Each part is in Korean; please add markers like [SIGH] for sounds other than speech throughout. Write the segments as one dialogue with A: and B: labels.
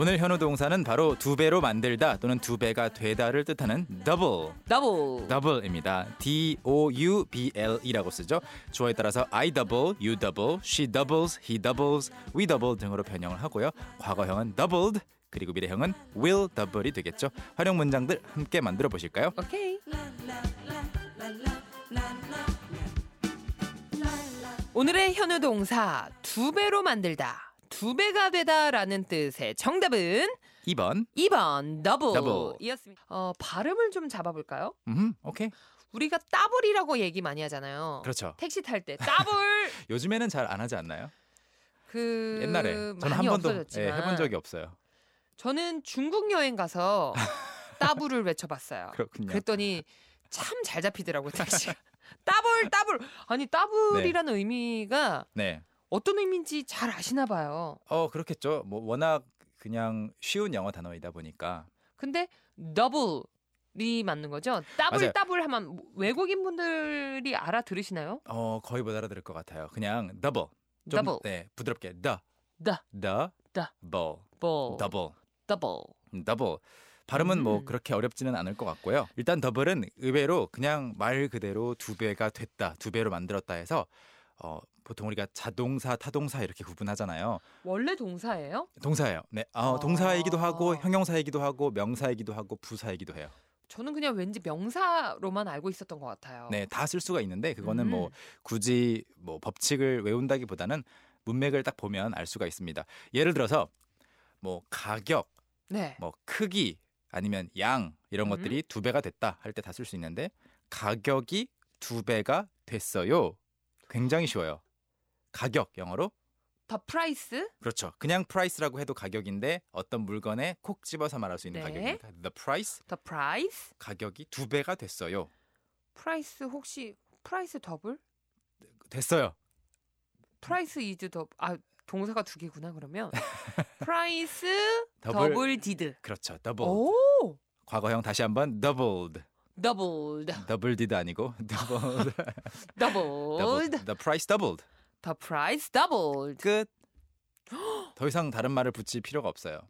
A: 오늘 현우 동사는 바로 두 배로 만들다 또는 두 배가 되다를 뜻하는 double,
B: 더블.
A: double입니다. D O U B L이라고 쓰죠. 주어에 따라서 I double, you double, she doubles, he doubles, we double 등으로 변형을 하고요. 과거형은 doubled, 그리고 미래형은 will double이 되겠죠. 활용 문장들 함께 만들어 보실까요?
B: 오케이. 오늘의 현우 동사 두 배로 만들다. 두 배가 되다라는 뜻의 정답은
A: 2번.
B: 2번
A: 더블.
B: 더블이었습니다. 어, 발음을 좀 잡아볼까요?
A: 음, 오케이.
B: 우리가 따블이라고 얘기 많이 하잖아요.
A: 그렇죠.
B: 택시 탈
A: [LAUGHS]
B: 때 따블
A: 요즘에는 잘 안 하지 않나요?
B: 그
A: 옛날에 저는 한
B: 많이
A: 번도 예,
B: 없어졌지만
A: 해본 적이 없어요.
B: 저는 중국
A: [LAUGHS]
B: 여행 가서 따블을 외쳐봤어요.
A: 그렇군요.
B: 그랬더니 참 잘 잡히더라고요 택시가. [LAUGHS] 따블 따블 아니 따블이라는 의미가
A: 네.
B: 어떤 의미인지 잘 아시나 봐요.
A: 어 그렇겠죠. 뭐 워낙 그냥 쉬운 영어 단어이다 보니까
B: 근데 더블이 맞는 거죠? 따블
A: 맞아요.
B: 따블 하면 외국인 분들이 알아들으시나요?
A: 어 거의 못 알아들을 것 같아요. 그냥 더블. 좀,
B: 더블
A: 네 부드럽게 더.
B: 더.
A: 더.
B: 더.
A: 더.
B: 더
A: 더블.
B: 더블
A: 더블. 발음은
B: 음.
A: 뭐 그렇게 어렵지는 않을 것 같고요. 일단 더블은 의외로 그냥 말 그대로 두 배가 됐다, 두 배로 만들었다 해서 어, 보통 우리가 자동사, 타동사 이렇게 구분하잖아요.
B: 원래 동사예요?
A: 동사예요. 네,
B: 아.
A: 어, 동사이기도 하고 형용사이기도 하고 명사이기도 하고 부사이기도 해요.
B: 저는 그냥 왠지 명사로만 알고 있었던 것 같아요.
A: 네, 다 쓸 수가 있는데 그거는 뭐
B: 어. 음.
A: 굳이 뭐 법칙을 외운다기보다는 문맥을 딱 보면 알 수가 있습니다. 예를 들어서 뭐 가격,
B: 네.
A: 뭐 크기 아니면 양 이런
B: 음.
A: 것들이 두 배가 됐다 할 때 다 쓸 수 있는데 가격이 두 배가 됐어요. 굉장히 쉬워요. 가격 영어로
B: 더 프라이스
A: 그렇죠. 그냥 price라고 해도 가격인데 어떤 물건에 콕 집어서 말할 수 있는
B: 네.
A: 가격입니다. The price
B: 더 프라이스
A: 가격이 두 배가 됐어요.
B: 프라이스 혹시 프라이스 더블?
A: 됐어요.
B: 프라이스 이즈 더아 동사가 두 개구나
A: [LAUGHS]
B: 그러면 프라이스
A: 더블.
B: 더블 디드
A: 그렇죠. double.
B: 오
A: 과거형 다시 한번 doubled.
B: 더블
A: 더블 디드 아니고 [LAUGHS]
B: [LAUGHS]
A: doubled.
B: 더블
A: doubled. The price doubled.
B: 더 프라이스 더블 [GASPS]
A: 끝. 더 이상 다른 말을 붙일 필요가 없어요.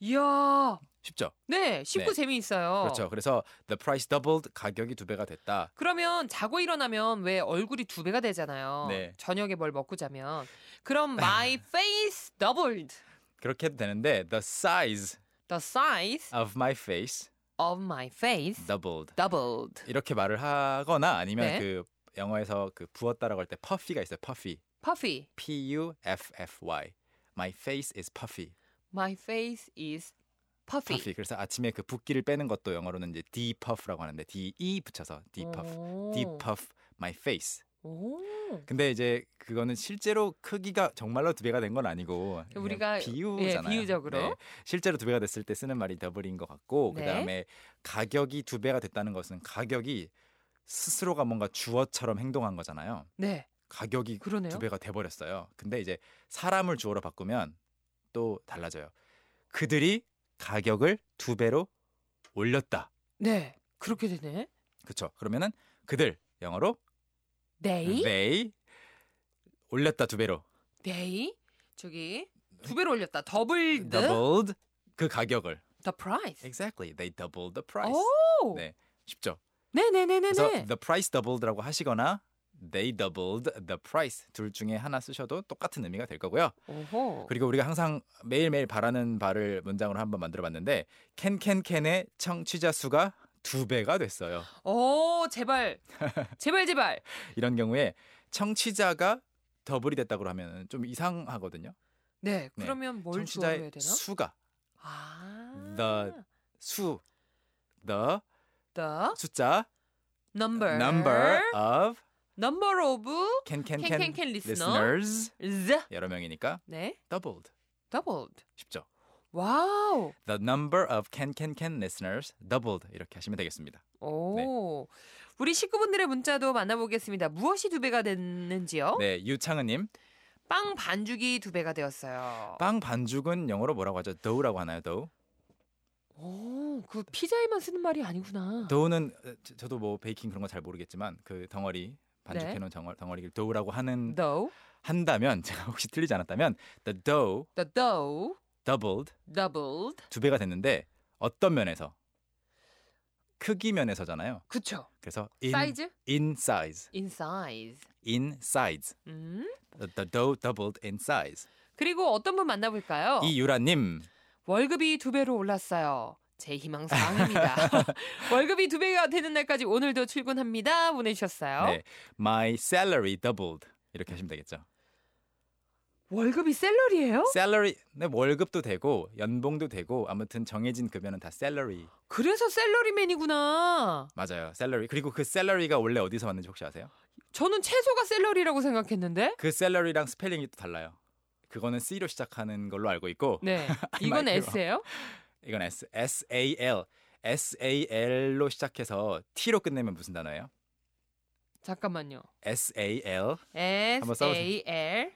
B: 이야
A: 쉽죠?
B: 네 쉽고
A: 네.
B: 재미있어요
A: 그렇죠. 그래서 the price doubled 가격이 두 배가 됐다.
B: 그러면 자고 일어나면 왜 얼굴이 두 배가 되잖아요
A: 네.
B: 저녁에 뭘 먹고 자면 그럼
A: [LAUGHS]
B: my face doubled
A: 그렇게 해도 되는데 the size
B: the size
A: of my face
B: of my face
A: doubled
B: doubled
A: 이렇게 말을 하거나 아니면
B: 네.
A: 그 영어에서 그 부었다라고 할 때 puffy가 있어요. puffy.
B: puffy
A: P U F F Y. My face is puffy.
B: my face is
A: puffy.
B: puffy
A: 그래서 아침에 그 붓기를 빼는 것도 영어로는 이제 depuff라고 하는데 D E 붙여서 depuff.
B: 오.
A: depuff my face.
B: 오.
A: 근데 이제 그거는 실제로 크기가 정말로 두 배가 된 건 아니고 그냥
B: 우리가,
A: 비유잖아요. 네.
B: 예, 비유적으로.
A: 실제로 두 배가 됐을 때 쓰는 말이 더블인 것 같고
B: 네.
A: 그다음에 가격이 두 배가 됐다는 것은 가격이 스스로가 뭔가 주어처럼 행동한 거잖아요.
B: 네
A: 가격이
B: 그러네요
A: 두 배가 돼 버렸어요. 근데 이제 사람을 주어로 바꾸면 또 달라져요. 그들이 가격을 두 배로 올렸다.
B: 네 그렇게 되네
A: 그렇죠? 그러면은 그들 영어로
B: they
A: they 올렸다 두 배로
B: 데이 저기 두 배로 올렸다 더블 더
A: doubled 그 가격을.
B: 더 프라이스
A: Exactly. They doubled the price.
B: 오
A: 네. 쉽죠. 그래서
B: 어? 네네네네네
A: the price doubled라고 하시거나 they doubled the price 둘 중에 하나 쓰셔도 똑같은 의미가 될 거고요.
B: 오호
A: 그리고 우리가 항상 매일매일 바라는 바를 문장으로 한번 만들어 봤는데 캔캔캔의 청취자 수가 두 배가 됐어요.
B: 오
A: [LAUGHS]
B: 제발 제발 제발
A: 이런 경우에 청취자가 더블이 됐다고 하면 좀 이상하거든요.
B: 네 그러면 뭘 주어야
A: 청취자의
B: 되나
A: 수가
B: 아
A: the- 수 the
B: the
A: 숫자
B: number
A: number of
B: number of
A: 캔캔캔
B: 캔캔캔 listener
A: listeners
B: the
A: 여러 명이니까
B: 네
A: doubled
B: doubled
A: 쉽죠.
B: 와우
A: The number of can can can listeners doubled 이렇게 하시면 되겠습니다.
B: 오,
A: 네.
B: 우리 식구분들의 문자도 만나보겠습니다. 무엇이 두 배가 됐는지요?
A: 네, 유창은님
B: 빵 반죽이 두 배가 되었어요.
A: 빵 반죽은 영어로 뭐라고 하죠? dough라고 하나요? dough?
B: 오, 그 피자에만 쓰는 말이 아니구나.
A: dough는 어, 저- 저도 뭐 베이킹 그런 거 잘 모르겠지만 그 덩어리 반죽해놓은 덩어, 덩어리를 dough라고 하는
B: dough,
A: 한다면 [LAUGHS] 제가 혹시 틀리지 않았다면 the dough
B: the dough
A: doubled
B: doubled.
A: 두 배가 됐는데 어떤 면에서 크기 면에서잖아요.
B: 그쵸?
A: 그래서 in
B: 사이즈?
A: in size
B: in size.
A: in size
B: 음.
A: the, the dough 어, doubled in size
B: 그리고 어떤 분 만나볼까요?
A: 이유라님
B: 월급이 두 배로 올랐어요. 제
A: [LAUGHS]
B: 희망사항입니다. [LAUGHS] 월급이 두 배가 되는 날까지 오늘도 출근합니다. 보내주셨어요.
A: 네 my salary doubled 이렇게 하시면 되겠죠.
B: 월급이 셀러리예요?
A: salary 네, 월급도 되고 연봉도 되고 아무튼 정해진 급여는 다 salary
B: 그래서 셀러리맨이구나.
A: 맞아요. salary 그리고 그 salary가 원래 어디서 왔는지 혹시 아세요?
B: 저는 채소가 셀러리라고 생각했는데.
A: 그 salary랑 스펠링이 또 달라요. 그거는 C로 시작하는 걸로 알고 있고 [LAUGHS]
B: 네. 이건
A: 말이에요.
B: S예요?
A: 이건 S S A L S A L로 시작해서 T로 끝내면 무슨 단어예요?
B: 잠깐만요.
A: S A L 한번
B: S
A: 써보세요.
B: A L.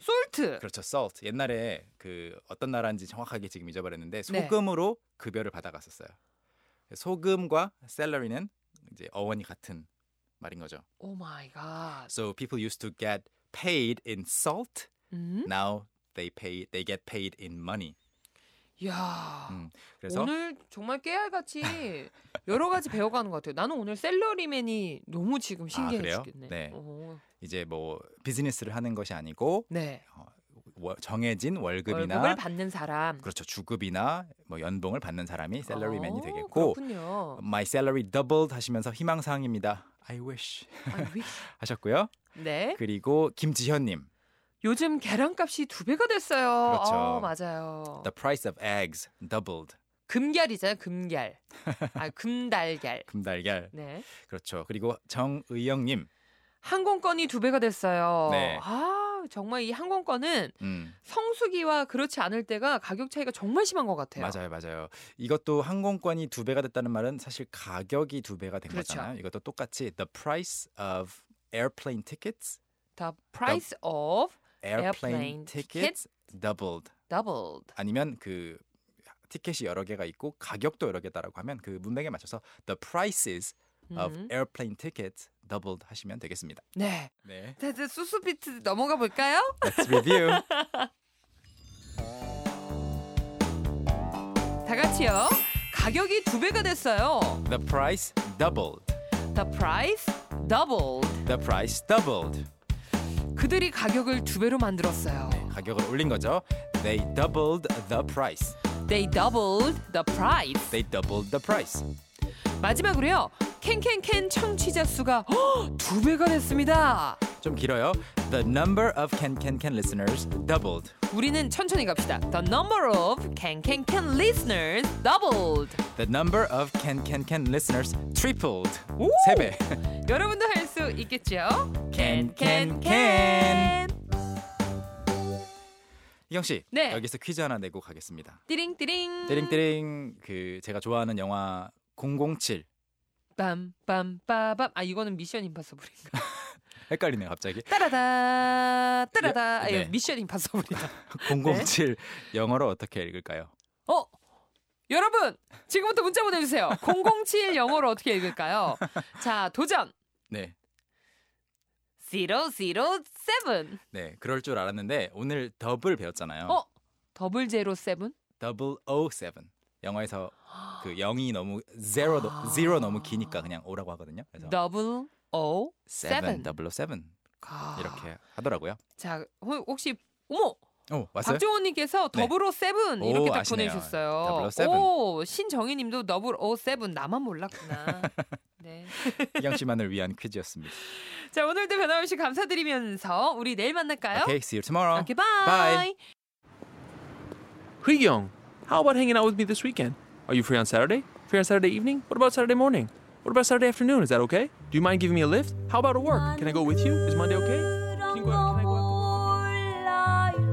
B: 솔트.
A: 그렇죠. salt 옛날에 그 어떤 나라인지 정확하게 지금 잊어버렸는데
B: 네.
A: 소금으로 급여를 받아갔었어요. 소금과 salary는 이제 어원이 같은 말인 거죠.
B: 오 마이 갓.
A: So people used to get paid in salt.
B: 음?
A: Now they pay they get paid in money.
B: 야.
A: 음, 그래서
B: 오늘 정말 깨알같이 여러 가지 배워가는 것 같아요. 나는 오늘 셀러리맨이 너무 지금
A: 아, 그래요?
B: 신기해지겠네.
A: 네.
B: 어,
A: 이제 뭐 비즈니스를 하는 것이 아니고
B: 네.
A: 월- 정해진 월급이나
B: 월급을 받는 사람.
A: 그렇죠. 주급이나 뭐 연봉을 받는 사람이 셀러리맨이
B: 어,
A: 되겠고
B: 그렇군요.
A: My salary doubled 하시면서 희망사항입니다. I wish
B: I wish.
A: 하셨고요.
B: 네.
A: 그리고 김지현님,
B: 요즘 계란값이 두 배가 됐어요.
A: 그렇죠.
B: 어, 맞아요.
A: the price of eggs doubled.
B: 금걀이잖아요. 금걀. 아 금달걀.
A: 금달걀.
B: 네.
A: 그렇죠. 그리고 정의영님,
B: 항공권이 두 배가 됐어요.
A: 네.
B: 아 정말 이 항공권은
A: 음,
B: 성수기와 그렇지 않을 때가 가격 차이가 정말 심한 것 같아요.
A: 맞아요, 맞아요. 이것도 항공권이 두 배가 됐다는 말은 사실 가격이 두 배가 된
B: 그렇죠.
A: 거잖아요. 이것도 똑같이 the price of airplane tickets,
B: The price of Airplane
A: airplane tickets doubled.
B: doubled.
A: 아니면 그 티켓이 여러 개가 있고 가격도 여러 개다라고 하면 그 문맥에 맞춰서 the prices of
B: 음.
A: airplane tickets doubled 하시면 되겠습니다.
B: 네.
A: 네.
B: 자, 이제 수수 비트 넘어가 볼까요?
A: Let's review.
B: 다 같이요. 가격이 두 배가 됐어요.
A: The price doubled.
B: The price doubled.
A: The price doubled.
B: 그들이 가격을 두 배로 만들었어요.
A: 가격을 올린 거죠. They doubled the price.
B: They doubled the price.
A: They doubled the price.
B: 마지막으로요. 캔캔캔 청취자 수가 [GASPS] 헉, 두 배가 됐습니다.
A: 좀 길어요. The number of Can Can Can listeners doubled.
B: 우리는 천천히 갑시다. The number of 캔캔캔 listeners doubled.
A: The number of Can Can Can listeners tripled.
B: 오!
A: 세 배. [LAUGHS]
B: 여러분도 할 수 있겠죠?
A: 캔, 캔,
B: 캔캔캔.
A: 캔. 희경 씨,
B: 네.
A: 여기서 퀴즈 하나 내고 가겠습니다.
B: 띠링띠링.
A: 띠링띠링 그 제가 좋아하는 영화 007
B: 빰빰빠밤. 아 이거는 미션 임파서블인가? [LAUGHS]
A: 헷갈리네요 갑자기
B: 따라다 따라다. 아, 이거
A: 네.
B: 미션 임파서블이다. [LAUGHS]
A: 007 영어로 어떻게 읽을까요?
B: 어? 여러분 지금부터 문자 보내주세요. 007 영어로 어떻게 읽을까요? 자 도전.
A: 네,
B: 007.
A: 네 그럴 줄 알았는데 오늘 더블 배웠잖아요.
B: 어? 더블 제로 세븐?
A: 007 영어에서 그 0이 너무 zero 너-
B: 아.
A: zero 너무 기니까 그냥 오라고 하거든요. 그래서
B: 더블 오
A: seven,
B: 세븐.
A: 007
B: 가.
A: 이렇게 하더라고요.
B: 자 호- 혹시 어머
A: 오 왔어요?
B: 박종원님께서
A: 네.
B: 더블오 세븐
A: 오,
B: 이렇게 딱
A: 아시네요.
B: 보내주셨어요.
A: 더블오 세븐.
B: 오 신정희님도 더블오 세븐 나만
A: [LAUGHS]
B: 몰랐구나. 네.
A: 희경 씨만을 위한 퀴즈였습니다.
B: 자 오늘도 변함없이 감사드리면서 우리 내일 만날까요?
A: Okay, see you tomorrow.
B: 오케이, 어. 바이.
A: Bye.
C: Young, how about hanging out with me this weekend? Are you free on Saturday? Free on Saturday evening? What about Saturday morning? What about Saturday afternoon? Is that okay? Do you mind giving me a lift? How about at work? Can I go with you? Is Monday okay? Can you go out? Can I go